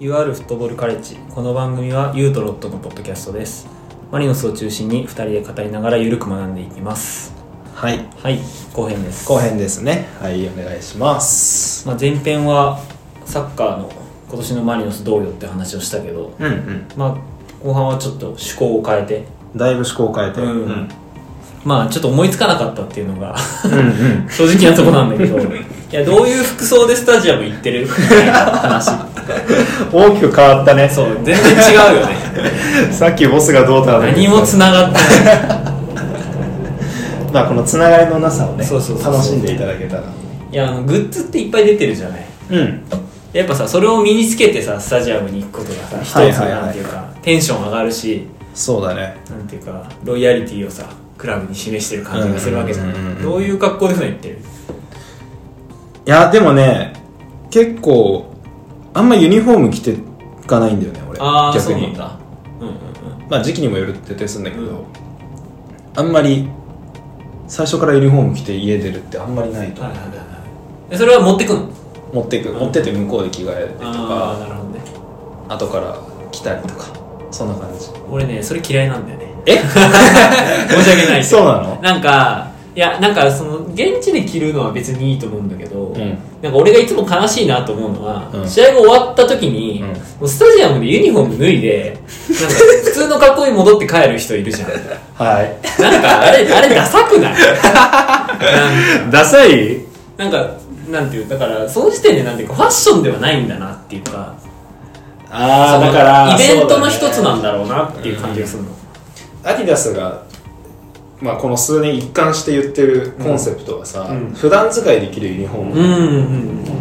UR フットボールカレッジこの番組はユーとロットのポッドキャストですマリノスを中心に2人で語りながらゆるく学んでいきますはいはい後編です後編ですねはいお願いしますまあ、前編はサッカーの今年のマリノスどうよって話をしたけど、うんうんまあ、後半はちょっと趣向を変えて、だいぶ趣向を変えてうんまあ、ちょっと思いつかなかったっていうのがうん 正直なとこなんだけどいやどういう服装でスタジアム行ってるみたいな話大きく変わったねそう全然違うよねさっきボスがどうだ何もつながってないまあこのつながりのなさをねそうそうそうそう楽しんでいただけたらいやあのグッズっていっぱい出てるじゃないうんやっぱさそれを身につけてさスタジアムに行くことがさ一つはいはいはいなんていうか、テンション上がるしそうだねなんていうかロイヤリティをさクラブに示してる感じがするわけじゃうんうんうんんうんどういう格好で普段行ってるいやでもね結構あんまユニフォーム着てかないんだよね俺ああ逆そうなにんだうんうんうんまあ時期にもよるって言するんだけど、うんあんまり最初からユニフォーム着て家出るってあんまりないとはいはいはいはいでそれは持ってくの持ってくん持ってって向こうで着替えてとああかなるほどね後から着たりとかそんな感じ俺ねそれ嫌いなんだよね え申し訳ないけど そうなのなんかいやなんかその現地で着るのは別にいいと思うんだけど、んなんか俺がいつも悲しいなと思うのは、うん試合が終わった時に、うんもうスタジアムでユニフォーム脱い でなんか普通の格好に戻って帰る人いるじゃんはいなんかあれあれダサくない なん ダサいなんかなんていうだからその時点でなんていうかファッションではないんだなっていうかあそあのだからイベントの一そうつだねなんだろうなっていう感じがするの、アディダスが、まあ、この数年一貫して言ってるコンセプトはさ、うん普段使いできるユニフォーム、うんうん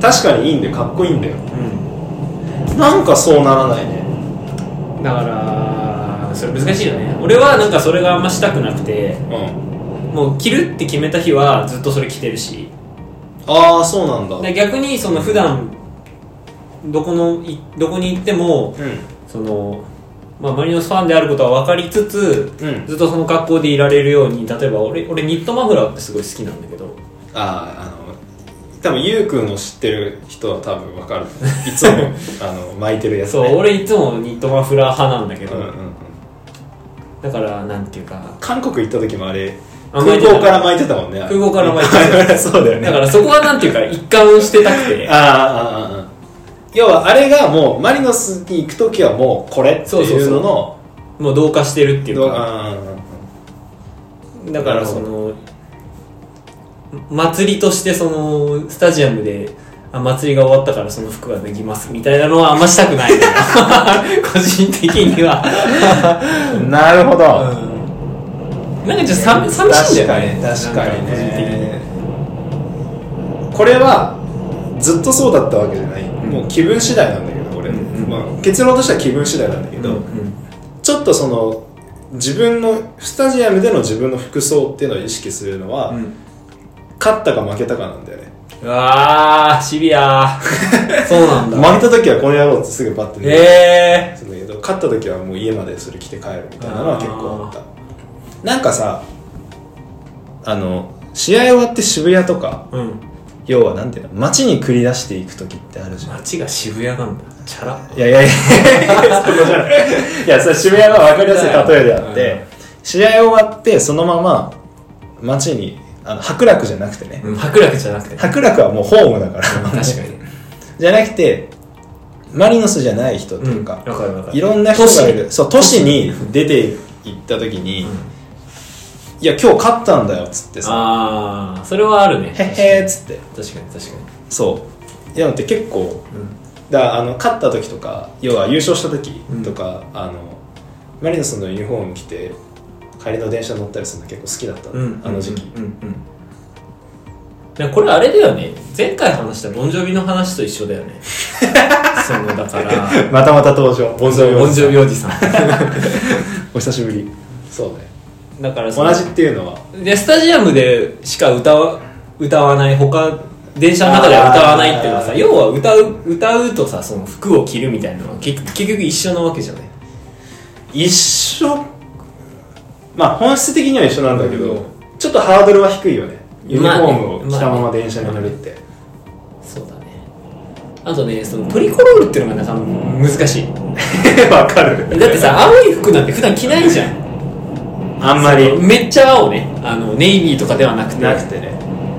確かにいいんでかっこいいんだようなんかそうならないねんだからそれ難しいよね俺はなんかそれがあんましたくなくてうんもう着るって決めた日はずっとそれ着てるしああそうなんだで逆にその普段どこのいどこに行ってもうその、まあ、マリノスファンであることは分かりつつ、うんずっとその格好でいられるように例えば俺俺ニットマフラーってすごい好きなんだけどあああの多分ゆうくんを知ってる人は多分わかるいつも あの巻いてるやつ、ね、そう俺いつもニットマフラー派なんだけうど、んうんうんだからなんていうか韓国行った時もあれあ空巻いて港たから巻いてたもんねあれ空港から巻いて そうだよねだ からそこはなんていうか一貫してたくてああああああ要はあれがもうマリノスに行く時はもうこれってそうそういそううののもう同化してるっていうどうかああああだからその祭りとしてそのスタジアムであ祭りが終わったからその服が脱ぎますみたいなのはあんましたく ない個人的には、ああなるほど、うん、なんかちょっと寂寂しいんだよね確かになん個人的にねこれはずっとそうだったわけじゃない、んもう気分次第なんだけど俺、うんうんまあ、結論としては気分次第なんだけど、ちょっとその自分のスタジアムでの自分の服装っていうのを意識するのは、うん勝ったか負けたかなんだよねうわーシビ アーそうなん負だけた時はこれやろうってすぐパッてねえするんだけど勝った時はもう家までそれ着て帰るみたいなのは結構あったなんかさあの試合終わって渋谷とかー、うん要はなんていうの街に繰り出していく時ってあるじゃん街が渋谷なんだチャラいやいやいやそこじゃない いやそれ渋谷が分かりやすい例えであって、うん試合終わってそのまま街にあの白楽じゃなくてね、うん白楽じゃなくて白楽はもうホームだから確かに じゃなくてマリノスじゃない人とういんうわか、かるわかるいろんな人がいる都市そう都市に出て行った時に、うんいや今日勝ったんだよっつってさああそれはあるねへっへーっつって確かに確かにそういやだって結構うだからあの勝った時とか要は優勝した時とか、あのマリノスのユニフォーム着て帰りの電車乗ったりするの結構好きだったの、あの時期、うんうんいやこれあれだよね前回話したボンジョビの話と一緒だよ ねそのだからまたまた登場ボンジョビボおンジじさョんビおじ さんお久しぶりそうねだからそ同のじっていうのはでスタジアムでしか歌わ歌わない他電車の中では歌わないっていうのはさあー要は歌う歌うとさその服を着るみたいなのは結結局一緒なわけじゃない一緒まあ本質的には一緒なんだけど、うんちょっとハードルは低いよねユニフォまあねームを着たまま電車に乗るって、そうだねああとねそのトリコロールっていうのがなかなか難しい わかるだってさ青い服なんて普段着ないじゃんあんまりそうめっちゃ青ねあのネイビーとかではなくてなくてね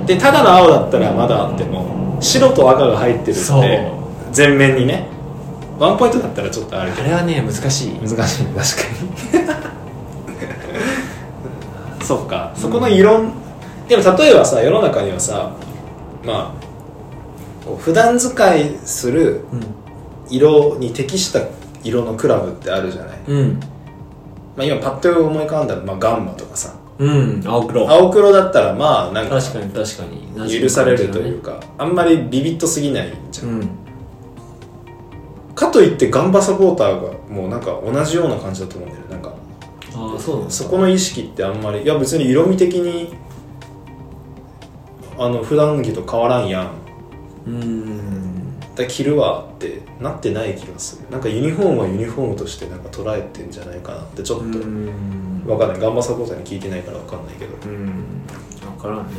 でただの青だったらまだあっても白と赤が入ってるそんうで全面にねワンポイントだったらちょっとあるけあれはね難しいど難しい確かに そっかそこの異論、でも例えばさ世の中にはさまあこう普段使いする色に適した色のクラブってあるじゃない、うんまあ、今パッと思い浮かんだら、まあ、ガンマとかさうん青黒青黒だったらまあなんか確かに確かに馴染む許されるという感かあんまりビビッとすぎないじじゃん、だねかといってガンバサポーターがもうなんか同じような感じだと思うんだよねなんかうんああそうなんだそこの意識ってあんまりいや別に色味的にあの普段着と変わらんやんうんだから着るわってなってない気がするなんかユニフォームはユニフォームとしてなんか捉えてんじゃないかなってちょっとうんわかんないガンバサポーターに聞いてないからわかんないけどうん分からんね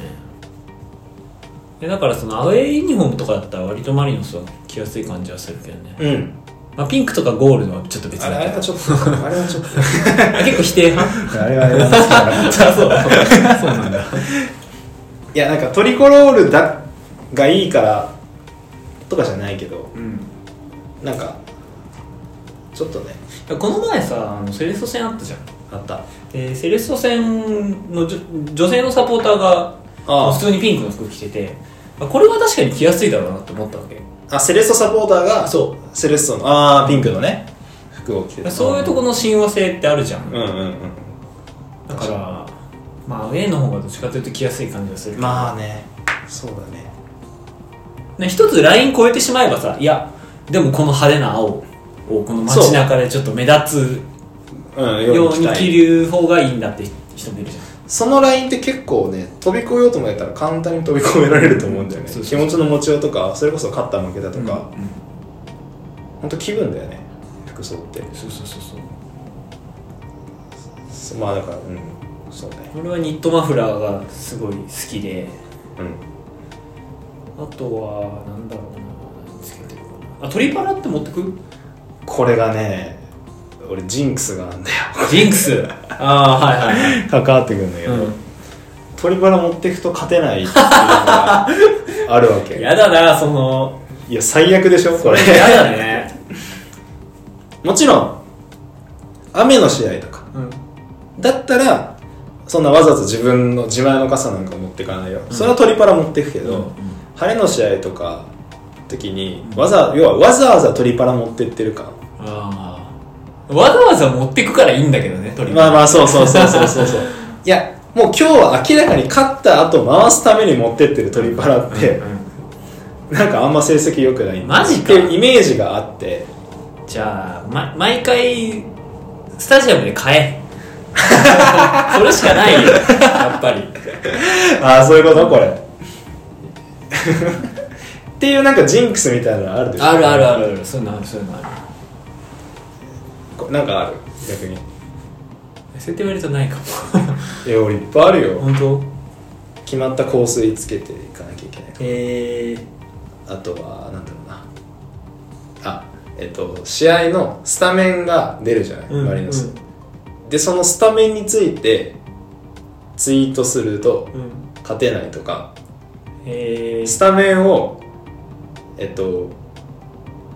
えだからそのアウェーユニフォームとかだったら割とマリノスは着やすい感じはするけどね、うんまあ、ピンクとかゴールドはちょっと別あれだあけれどはちょっとあれはちょっとあ結構否定派 あれはあれは あそうそうなんだいやなんかトリコロールだがいいからとかじゃないけどうんなんかちょっとねこの前さあのセレッソ戦あったじゃんあったでセレッソ戦のじょ女性のサポーターがああ普通にピンクの服着ててあこれは確かに着やすいだろうなって思ったわけあセレッソサポーターがそセレッソのああピンクのね服を着てたそういうとこの親和性ってあるじゃんうんうんうんだからまあアウェーの方がどっちかというと着やすい感じがするけどまあねそうだねね、一つライン超えてしまえばさいやでもこの派手な青をこの街中でちょっと目立うんつよよううにに着たい着る方がいいんだって人もいるじそのラインって結構ね飛び越えようと思ったら簡単に飛び越えられると思うんだよねそうそう気持ちの持ちようとかそれこそ勝った負けたゃとんか、うんうんほんと気分だよね服装ってそうそうそうそうまあだからうんそうね俺はニットマフラーがすごい好きでうんあとはなんだろうな何つけてるかなあトリパラって持ってくこれがね俺ジンクスがあんだよジンクスああはいはいはい関わってくるんだけど、うん鳥バラ持ってくと勝てないっていうのがあるわ けやだなそのいや最悪でしょこれやだね もちろん雨の試合とかうんだったらそんなわざわざ自分の自前の傘なんか持ってかないよ、それは鳥パラ持ってくけど、うん晴れの試合とか時にわざ要はわざわざ鳥パラ持ってってる感ああわざわざ持ってくからいいんだけどねトリパまラあまあそうそうそうそうそうそう いやもう今日は明らかに勝った後回すために持ってってる鳥パラって、うんなんかあんま成績良くないマジってかいうイメージがあってじゃあ、ま、毎回スタジアムで買え それしかないよやっぱりああそういうことこれっていうなんかジンクスみたいなのあるでしょあるあるあるあるそういうのあるそういうのあるこなんかある逆にそうやって言われるとないか もいや俺いっぱいあるよ本当決まった香水つけていかなきゃいけないえー、あとはなんだろうなあえっと試合のスタメンが出るじゃない、うんマリノス、でそのスタメンについてツイートするとうん勝てないとかえスー、タメンをえっと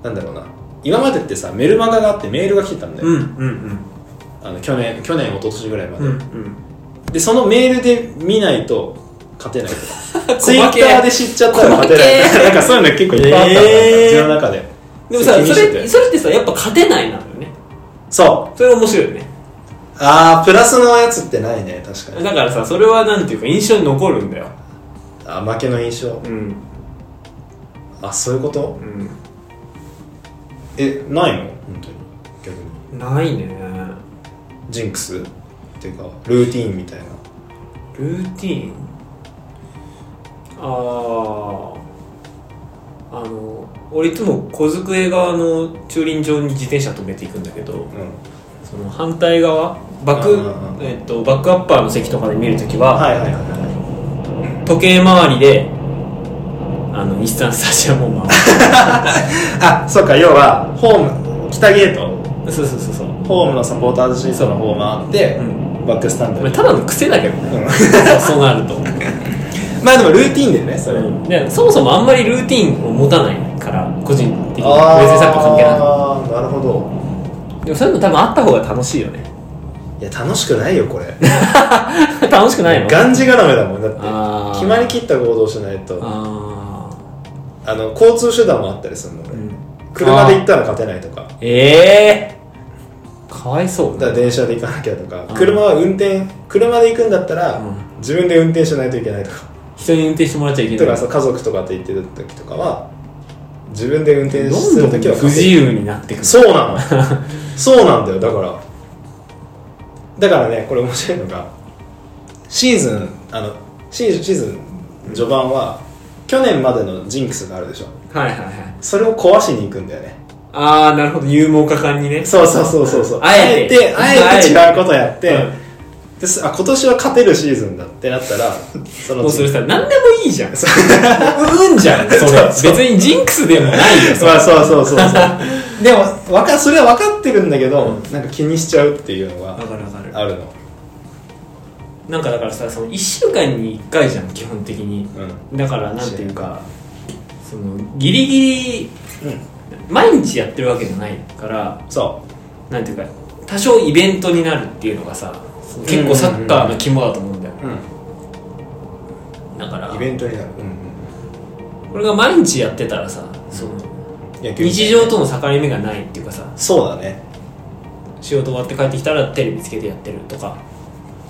なんだろうな今までってさメルマガがあってメールが来てたんだよ、うんうんあの去年去年一昨年ぐらいまうで、んうんでそのメールで見ないと勝てないと かツイ細ッけターで知っちゃったら勝てないとかなんかそういうの結構いっぱいあったんだえー自分の中ででもさ責任そ者でれそれってさやっぱ勝てないなのよねそうそれ面白いよねあープラスのやつってないね確かにだからさそれはなんていうか印象に残るんだよあ負けの印象うんあそういうことうえないの本当に逆にんないねジンクスっていうかルーティーンみたいなルーティーンあああの俺いつも小机側の駐輪場に自転車止めていくんだけどうんその反対側バックうんうんう、んえっとバックアッパーの席とかで見るときは、はいはいはいはい時計回りであの日産スタジアムを回 あそうか要はホーム北ゲートすそうそうそうそう、ホームのサポーターズ審査の方を回って、うんバックスタンドまあ、にただの癖だけどねうんそう そうなると、まあでもルーティンだよねそれ、うん、でそもそもあんまりルーティンを持たないから個人的に別にあーサッカー関係ななるほどくでもそういうの多分あった方が楽しいよねいや楽しくないよこれ 楽しくないのがんじがらめだもんだってあー決まりきった行動しないとあああの交通手段もあったりするの俺、車で行ったら勝てないとかええー、かわいそうだから電車で行かなきゃとかうん車は運転車で行くんだったら、うん自分で運転しないといけないとか人に運転してもらっちゃいけとなかいさ家族とかって行ってる時とかは自分で運転どすんるどん時は不自由になってくるそうなのそうなんだよだからだからねこれ面白いのがシーズンあのシーズンシーズン序盤は去年までのジンクスがあるでしょはいはいはいそれを壊しに行くんだよねああなるほど勇猛果敢にねそうそうそうそうそうあえてあえてあえ違てうことやって、うんですあ今年は勝てるシーズンだってなった らそもうそれそさ何でもいいじゃんそううんじゃんそれ そうそう別にジンクスでもないよまあそうそうそうそう でもわかそれは分かってるんだけど、なんか気にしちゃうっていうのがかるわかるあるのなんかだからさその1週間に1回じゃん基本的にうんだからなんていうかそのギリギリうん毎日やってるわけじゃないからそなんていうか多少イベントになるっていうのがさその結構サッカーの肝だと思うんだよ、う、うん、だからイベントになる、これが毎日やってたらさその野球日常との境目がないっていうかさそうだね仕事終わって帰ってきたらテレビつけてやってるとか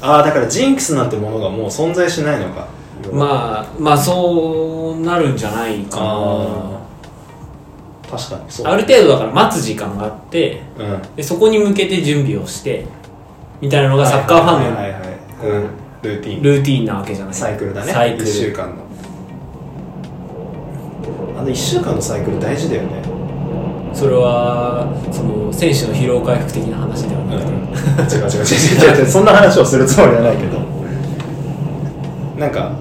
ああだからジンクスなんてものがもう存在しないのかまあまあそうなるんじゃないかなあー確かにそうある程度だから待つ時間があってうんでそこに向けて準備をしてみたいなのがサッカーファンはいはいはいはいはいうん、ルーティのンルーティーンなわけじゃないサイクルだねサイクル1週間のあの1週間のサイクル大事だよねそれはその選手の疲労回復的な話ではなくて、違う違う違う違う違うそんな話をするつもりはないけどなんか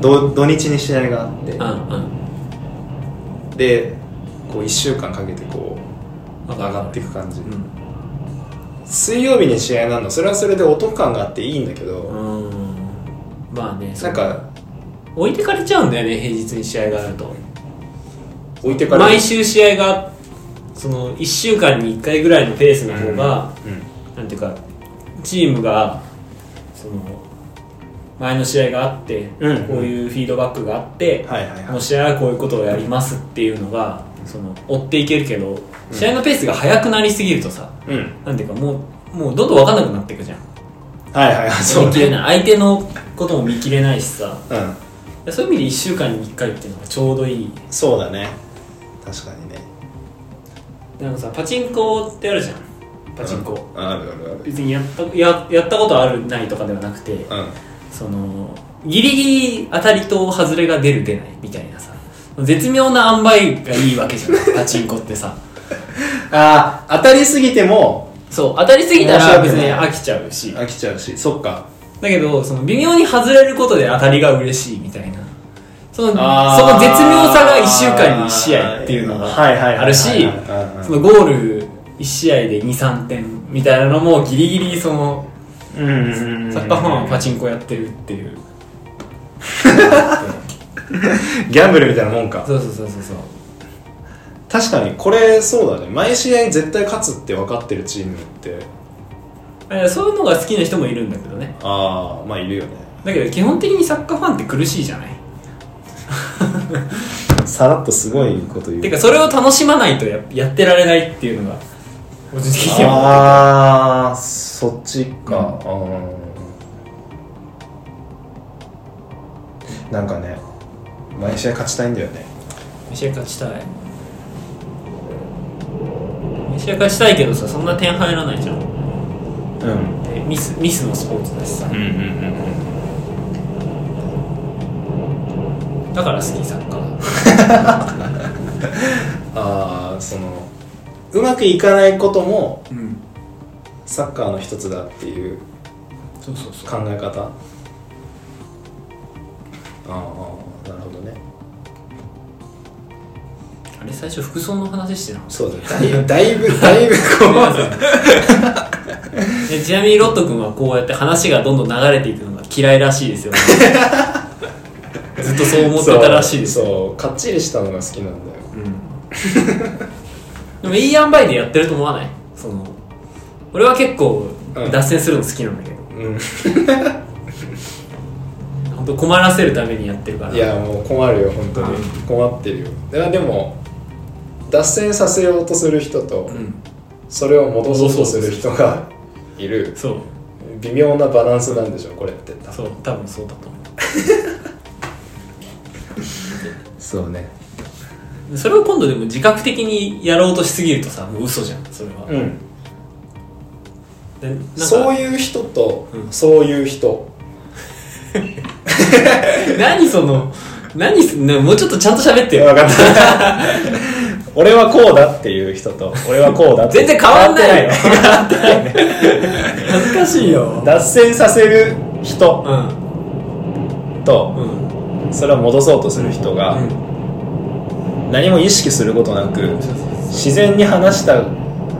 ど土日に試合があってうんうんでこう1週間かけてこうわ上かるがっていく感じうん水曜日に試合なのそれはそれでお得感があっていいんだけうどんまあねなんか置いてかれちゃうんだよね平日に試合があると置いてかれ毎週試合がその1週間に1回ぐらいのペースの方が、うなんていうかチームがその前の試合があって、うんこういうフィードバックがあって、んはいはいこはのい試合はこういうことをやりますっていうのがその追っていけるけど試合のペースが速くなりすぎるとさ、うんなんていうかもうもうどんどん分かんなくなっていくじゃんはいはいはいそう見切れねない相手のことも見切れないしさうんそういう意味で1週間に1回っていうのがちょうどいいそうだね確かにねなんかさパチンコってあるじゃんパチンコ、うんあるあるある別にやったややったことあるないとかではなくて、うんそのギリギリ当たりと外れが出る出ないみたいなさ絶妙な塩梅がいいわけじゃ んパチンコってさああ当たりすぎてもそう当たりすぎたら面別白くなにい飽きちゃうし飽きちゃうしそっかだけどその微妙に外れることで当たりが嬉しいみたいなそのそあーの絶妙さが1週間に1試合っていうのがはいはいはいはいあるしうんうんそのゴール1試合で23点みたいなのもギリギリそのうんサッカーファンはパチチンコやってるって いうギャンブルみたいなもんかそうそうそうそうそう確かにこれそうだね毎試合絶対勝つって分かってるチームってえーそういうのが好きな人もいるんだけどねああまあいるよねだけど基本的にサッカーファンって苦しいじゃないさらっとすごいこと言うてかそれを楽しまないとややってられないっていうのが個人的にはああそっちか、うんなんかね毎試合勝ちたいんだよね試合勝ちたい試合勝ちたいけどさそんな点入らないじゃんうんでミスミスのスポーツだしさうんうんだから好きサッカーああそのうまくいかないこともうんサッカーの一つだっていうそうそうそ考え方ああなるほどねあれ最初服装の話してなかっそうだねだいぶだいぶこうた でちなみにロット君はこうやって話がどんどん流れていくのが嫌いらしいですよねずっとそう思ってたらしいですそうそうかっちりしたのが好きなんだようんでもいい塩梅でやってると思わないその俺は結構うん脱線するの好きなんだけど、う本当困らせるためにやってるからんいやもう困るよ本当にう困ってるよいやでも脱線させようとする人とうんそれを戻そうとする人がいるそう微妙なバランスなんでしょうこれって多分そう多分そうだと思そうねうそれを今度でも自覚的にやろうとしすぎるとさもう嘘じゃんそれは、でうんなんかそういう人と、うんそういう人何その何すねもうちょっとちゃんと喋ってよ分かった 俺はこうだっていう人と俺はこうだって全然変わんないよ変わって恥ずかしいよ脱線させる人うんうとんそれを戻そうとする人がうん何も意識することなく自然に話した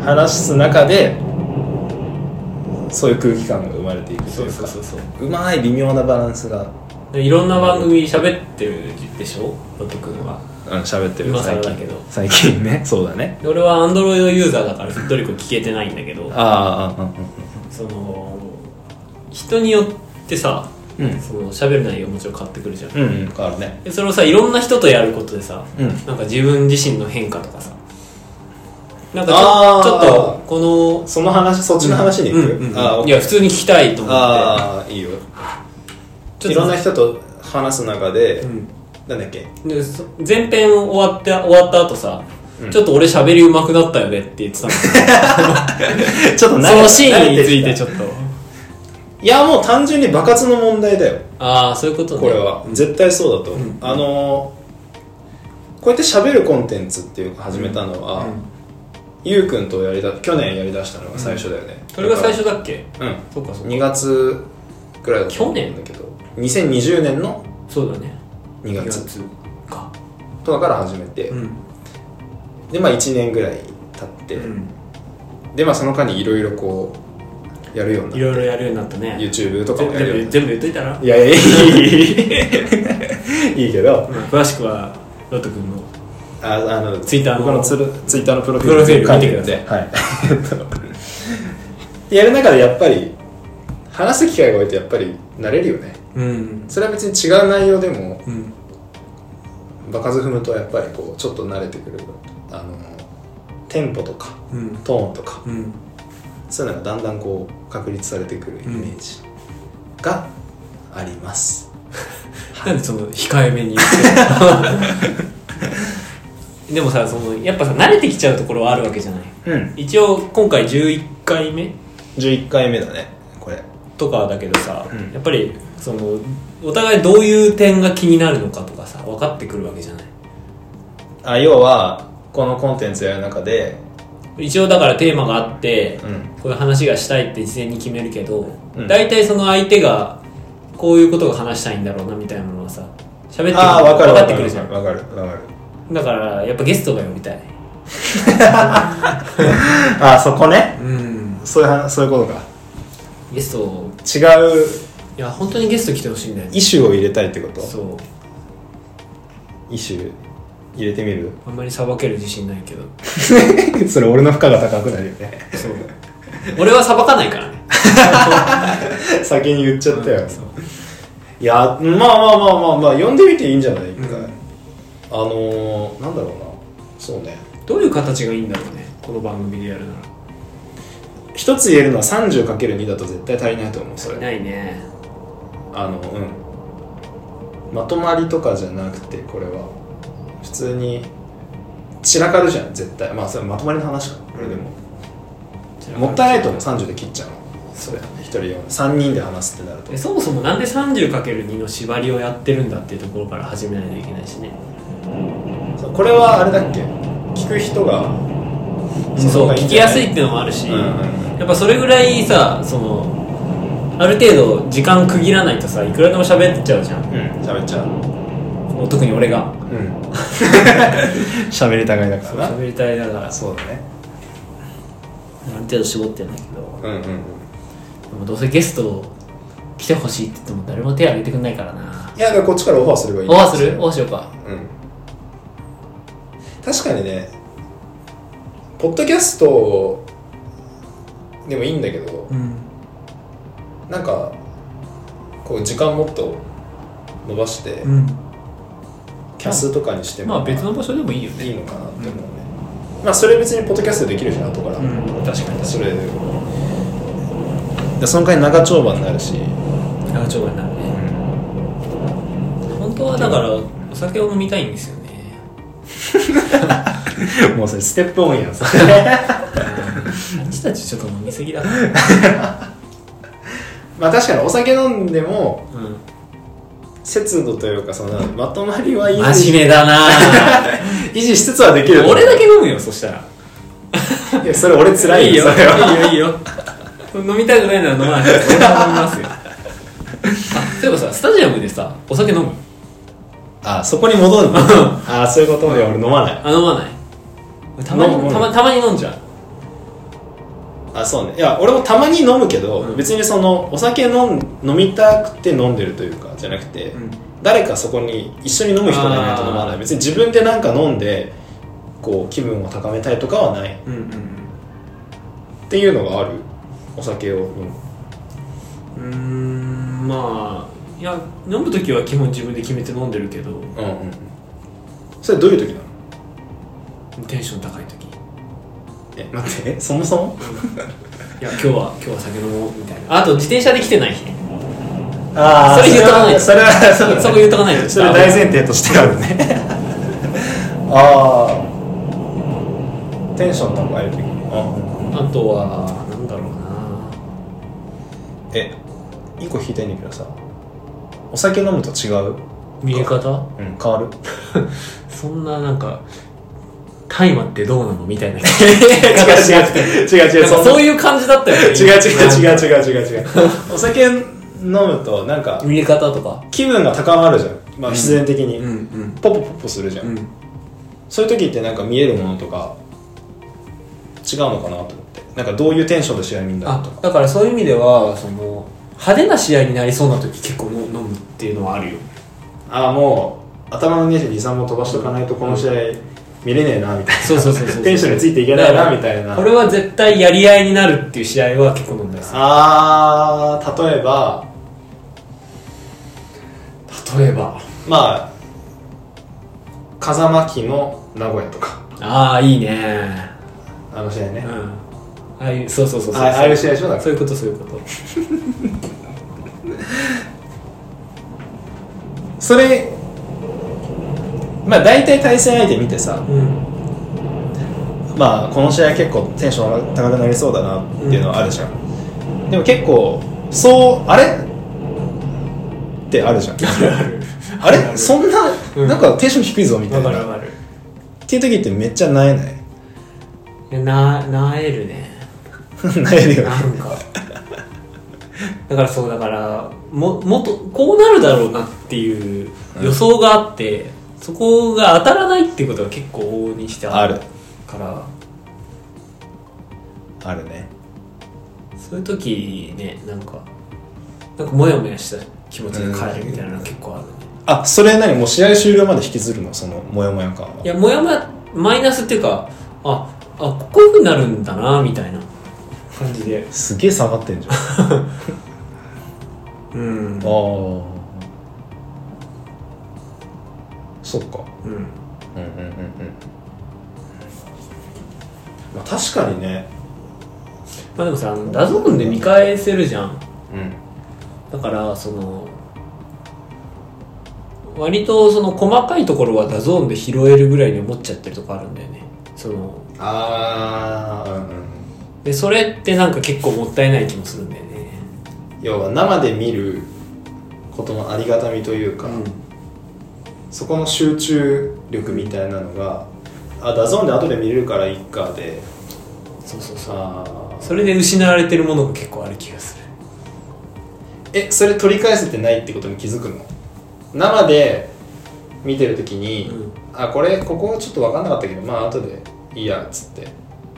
話す中でそういう空気感が生まれていくとそいううそうかそうそううまい微妙なバランスがでいろんな番組喋ってるでしょロト君はうん喋ってる今最更だ近けど最近ね そうだねで俺はアンドロイドユーザーだからふっとりこ聞けてないんだけどああその人によってさうんうんその喋る内容もちろん変わってくるじゃんうんうん変わるねでそれをさいろんな人とやることでさ、うんなんか自分自身の変化とかさなんかちあょーちょっとこのその話そっちの話に行く、うんうんあーいや普通に聞きたいと思ってあーいいよちょっといろんな人と話す中で、うんなんだっけでそ前編終わって終わった後さ、うんちょっと俺喋り上手くなったよねって言ってた の ちょっとそのシーンについてちょっといやもう単純に爆発の問題だよああそういうことねこれは、絶対そうだと思う、うんあのーこうやって喋るコンテンツっていうか始めたのは、うんゆうくんとやりだ去年やりだしたのが最初だよね、それが最初だっけうんそっかそっか2月くらいだと思うんだけど2020年のそうだね2月二かとかから始めて、んでまあ1年ぐらい経って、うんでまあその間にいろいろこうやるようにいなろっいろやるようになったてね YouTube とか全も部やるようになって全部言っといた らいやいやいいいいけどうん詳しくはロト君のああの Twitter の僕のツルツイッターのプロフィプロフィーールル書い見ててくくれだてさいはい やる中でやっぱり話す機会が多いとやっぱり慣れるよねうんそれは別に違う内容でもうん場数踏むとやっぱりこうちょっと慣れてくるあのテンポとかうんトーンとかうんそういうのがだんだんこう確立されてくるイメージがあります、なんでその控えめに言ってるでもさその やっぱさ慣れてきちゃうところはあるわけじゃないうん一応今回11回目11回目だねこれとかだけどさ、うんやっぱりそのお互いどういう点が気になるのかとかさ分かってくるわけじゃないあ要はこのコンテンツやる中で一応だからテーマがあって、うんこういう話がしたいって事前に決めるけどうん大体、その相手がこういうことが話したいんだろうなみたいなものはさ喋ってくるああ分分かるか分っかてるくる分じゃかる分かるんだからやっぱゲストが呼びたいああそこねうんそういう話そういうことかゲストを違ういや本当にゲスト来てほしいんだよねイシューを入れたいってことそうイシュー入れてみる あんまりさばける自信ないけどそれ俺の負荷が高くなるよね そう俺はさばかないからね先に言っちゃったよ、うんそういやまあまあまあまあまあ呼んでみていいんじゃない一回、うんあのー、なんだろうなそうねどういう形がいいんだろうねこの番組でやるなら一つ言えるのは 30×2 だと絶対足りないと思うそれないねあのうんまとまりとかじゃなくてこれは普通に散らかるじゃん絶対まあそれまとまりの話かこれでも、もったいないと思う30で切っちゃうのそうだね1人4 3人で話すってなるとでそもそもなんで 30×2 の縛りをやってるんだっていうところから始めないといけないしねそうこれはあれだっけ聞く人がそう聞きやすいってていうのもあるし、うんうんやっぱそれぐらいさそのある程度時間区切らないとさいくらでも喋っちゃうじゃんうん喋っちゃうもう特に俺がうん うん喋りたがりだからな喋りたいながらあそうだねる程度絞ってるんだけどうんうんうんでもどうせゲスト来てほしいって言っても誰も手挙げてくんないからないやだからこっちからオファーすればいいオファーするオファーしようかうん確かにねポッドキャストでもいいんだけどうんなんかこう時間もっと伸ばして、うんキャスとかにしてもまあ別の場所でもいいよねいいのかなって思うね、まあそれ別にポッドキャストできるしな後から、うん確かにそれでその回長丁場になるし、長丁場になるね本当はだからお酒を飲みたいんですよ ね もうそれステップオンやんそれ私たちちょっと飲みすぎだからまあ確かにお酒飲んでもうん節節度というかそのまとまりは維持真面目だな維持しつつはできる俺だけ飲むよそしたらいやそれ俺辛いよよそれはいいよいいよ 飲みたくないなら飲まないです俺は飲みますよあそういえばさスタジアムでさお酒飲むあそこに戻るのあそういうこといや俺飲まないあ飲まない俺たま飲む飲にむたまたまに飲んじゃうあそうねいや俺もたまに飲むけど、うん別にそのお酒飲ん飲みたくて飲んでるというかじゃなくて、うん誰かそこに一緒に飲む人がいないと飲まなあいー別に自分でなんか飲んでこう気分を高めたいとかはないっうんていうのがあるお酒を飲むうんうんまあいや飲む時は基本自分で決めて飲んでるけどうんうんうんそれどういう時なのテンション高い時いえ待ってえそもそもや今日は今日は酒飲もうみたいなあと自転車で来てない日あそれ言っとかないとそれはそうだねそこ言っとかないとそれ大前提としてあるね ああテンション高い時ああとはなんだろうえ一個引いてんねんけどさお酒飲むと違うな見え方うん変わるそんななんか大麻ってどうなのみ たいな違う違う違う違う違なんうかそういう感じだったよね違う違う違う違う違う違うお酒飲むとなんか見え方とか気分が高まるじゃん、まあ、必然的に、んポポポポするじゃん、うんそういう時ってなんか見えるものとか違うのかなと思ってなんかどういうテンションで試合見んだろうとあかだからそういう意味ではその派手な試合になりそうな時結構の飲むっていうのはあるよああもう頭のネジ23本飛ばしとかないとこの試合見れねえなみたいなそうそうそう そうテンションについていけないなみたいなこれは絶対やり合いになるっていう試合は結構飲んだりすああ例えばる例えばまあ風間機の名古屋とかああいいねあの試合うねん、ああいうそうそうそうそうあああいう試合でしょだからそういうことそういうことそれまあ大体対戦相手見てさうんまあこの試合結構テンション高くなりそうだなっていうのはあるじゃん、でも結構そうあれってあるじゃんあれそんな、うんなんかテンション低いぞみたわいかるなわっかるていう時ってめっちゃなえない いやななえるねなえるよねなんかだからそうだからももっとこうなるだろうなっていう予想があって、そこが当たらないっていうことが結構往々にしてあるあるからあるねそういう時ねなんかなんかモヤモヤした気持ちで帰るみたいなのが結構あるね、あそれ何もう試合終了まで引きずるのそのモヤモヤ感はいやモヤモヤマイナスっていうかああこういうふうになるんだなみたいな感じですげえ下がって んじゃんあうんあーそっかうんうんうんうんうんまあ確かにねまあでもさあのダゾーンで見返せるじゃんうんだからその割とその細かいところはダゾーンで拾えるぐらいに思っちゃってるとこあるんだよねそのああうんうんでそれってなんか結構もったいない気もするんだよね要は生で見ることのありがたみというか、そこの集中力みたいなのがあダゾーンで後で見れるからいいかでそうそうそうあーそれで失われてるものが結構ある気がするえそれ取り返せてないってことに気づくの生で見てる時に、うんあこれここちょっと分かんなかったけどまあ後でいいやっつって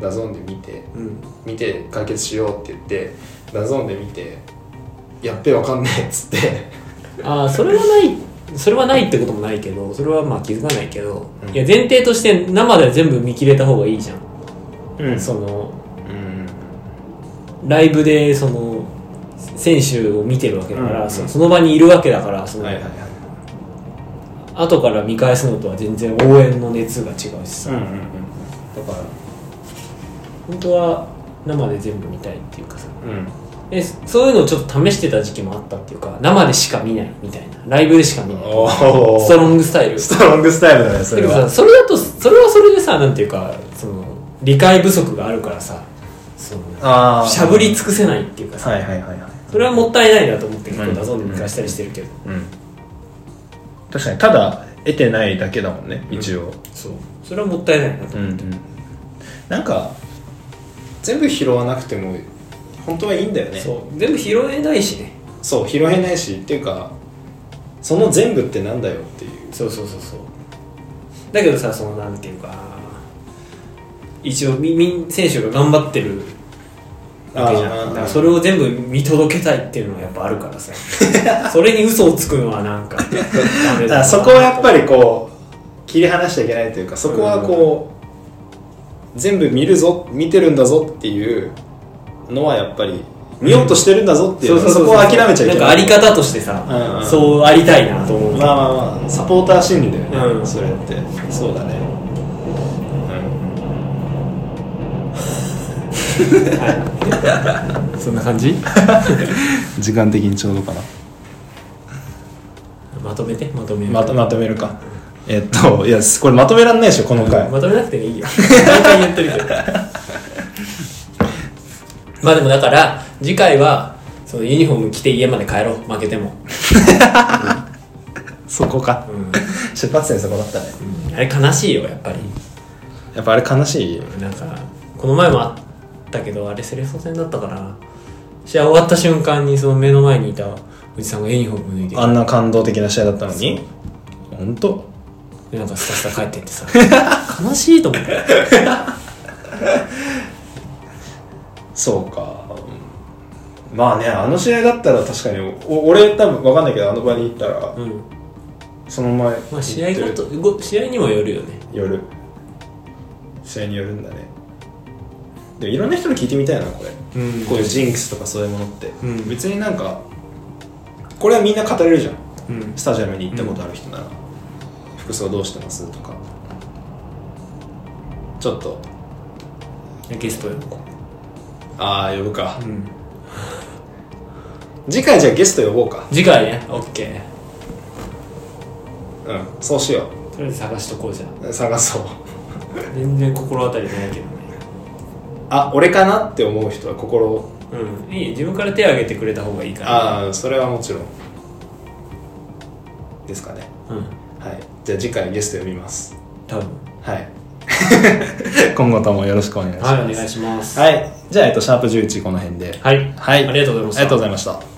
ダゾーンで見てうん見て解決しようって言ってダゾーンで見てやっべ分かんねえっつってああそれはないそれはないってこともないけどそれはまあ気づかないけど、うんいや前提として生で全部見切れた方がいいじゃん、うんそのうんライブでその選手を見てるわけだから、うんそその場にいるわけだからその、はいはいはい後から見返すのとは全然応援の熱が違うしさ、うんだうんから本当は生で全部見たいっていうかさうんうんでそういうのをちょっと試してた時期もあったっていうか生でしか見ないみたいなライブでしか見ないおおストロングスタイルストロングスタイルだねそれだけどさはそれだとそれはそれでさなんていうかその理解不足があるからさそのあーしゃぶり尽くせないっていうかさはいはいはいはいそれはもったいないなと思って結構ダゾーンうでん見返したりしてるけど、うん確かにただ得てないだけだもんね一応そうそれはもったいないなとう思んっうて、んなんか全部拾わなくても本当はいいんだよねそう全部拾えないしねそう拾えないしっていうかその全部ってなんだよっていうそうそうそうそうだけどさそのなんていうか一応みみん選手が頑張ってるわけじあゃーんだからそれを全部見届けたいっていうのはやっぱあるから さそれに嘘をつくのはなんかダメだだかならそこはやっぱりこう切り離しちゃいけないというかそこはこう全部見るぞ見てるんだぞっていうのはやっぱり見ようとしてるんだぞっていうのはそこは諦めちゃいけないんかあり方としてさ、うんうんそうありたいなと思う、まあまあまあサポーター心理だよね、うんそれってそうだねそんな感じ時間的にちょうどかなまとめてまとめるまとまとめるかえっといやこれまとめらんないでしょこの回、まとめなくてもいいよ毎回言ってるけどまあでもだから次回はそのユニフォーム着て家まで帰ろう負けても、そこかうん出発点そこだったねあれ悲しいよやっぱりやっぱあれ悲しいなんかこの前もあったけどあれセレッソ戦だったかな試合終わった瞬間にその目の前にいたおじさんがユニフォーム脱いであんな感動的な試合だったのに本当でなんかスタスタ帰ってってさ悲しいと思ってそうかまあねあの試合だったら確かにお俺多分分かんないけどあの場に行ったら、うんその前まあ試合行ごってとご試合にもよるよねよる試合によるんだねでもいろんな人に聞いてみたいなこれ、うんこういうジンクスとかそういうものって、うん別になんかこれはみんな語れるじゃんうんスタジアムに行ったことある人なら、服装どうしてますとかちょっとゲストよああ呼ぶかうん次回じゃあゲスト呼ぼうか次回ねオッケーうんそうしよとりあえず探しとこうじゃんう探そう全然心当たりないけどねあ俺かなって思う人は心をうんいい自分から手を挙げてくれた方がいいからああそれはもちろんですかねうんはいじゃあ次回ゲスト呼びます多分はい 今後ともよろしくお願いしますはいお願いしますはい、じゃあ、えっと、シャープ11この辺ではいはい、ありがとうございましたありがとうございました